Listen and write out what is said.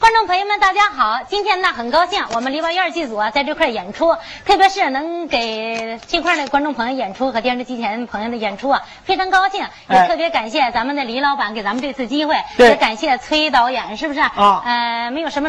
观众朋友们，大家好！今天呢，很高兴我们梨花院剧组啊，在这块演出，特别是能给这块的观众朋友演出和电视机前朋友的演出啊，非常高兴。也哎特别感谢咱们的李老板给咱们这次机会，对也感谢崔导演，是不是？啊呃，没有什么。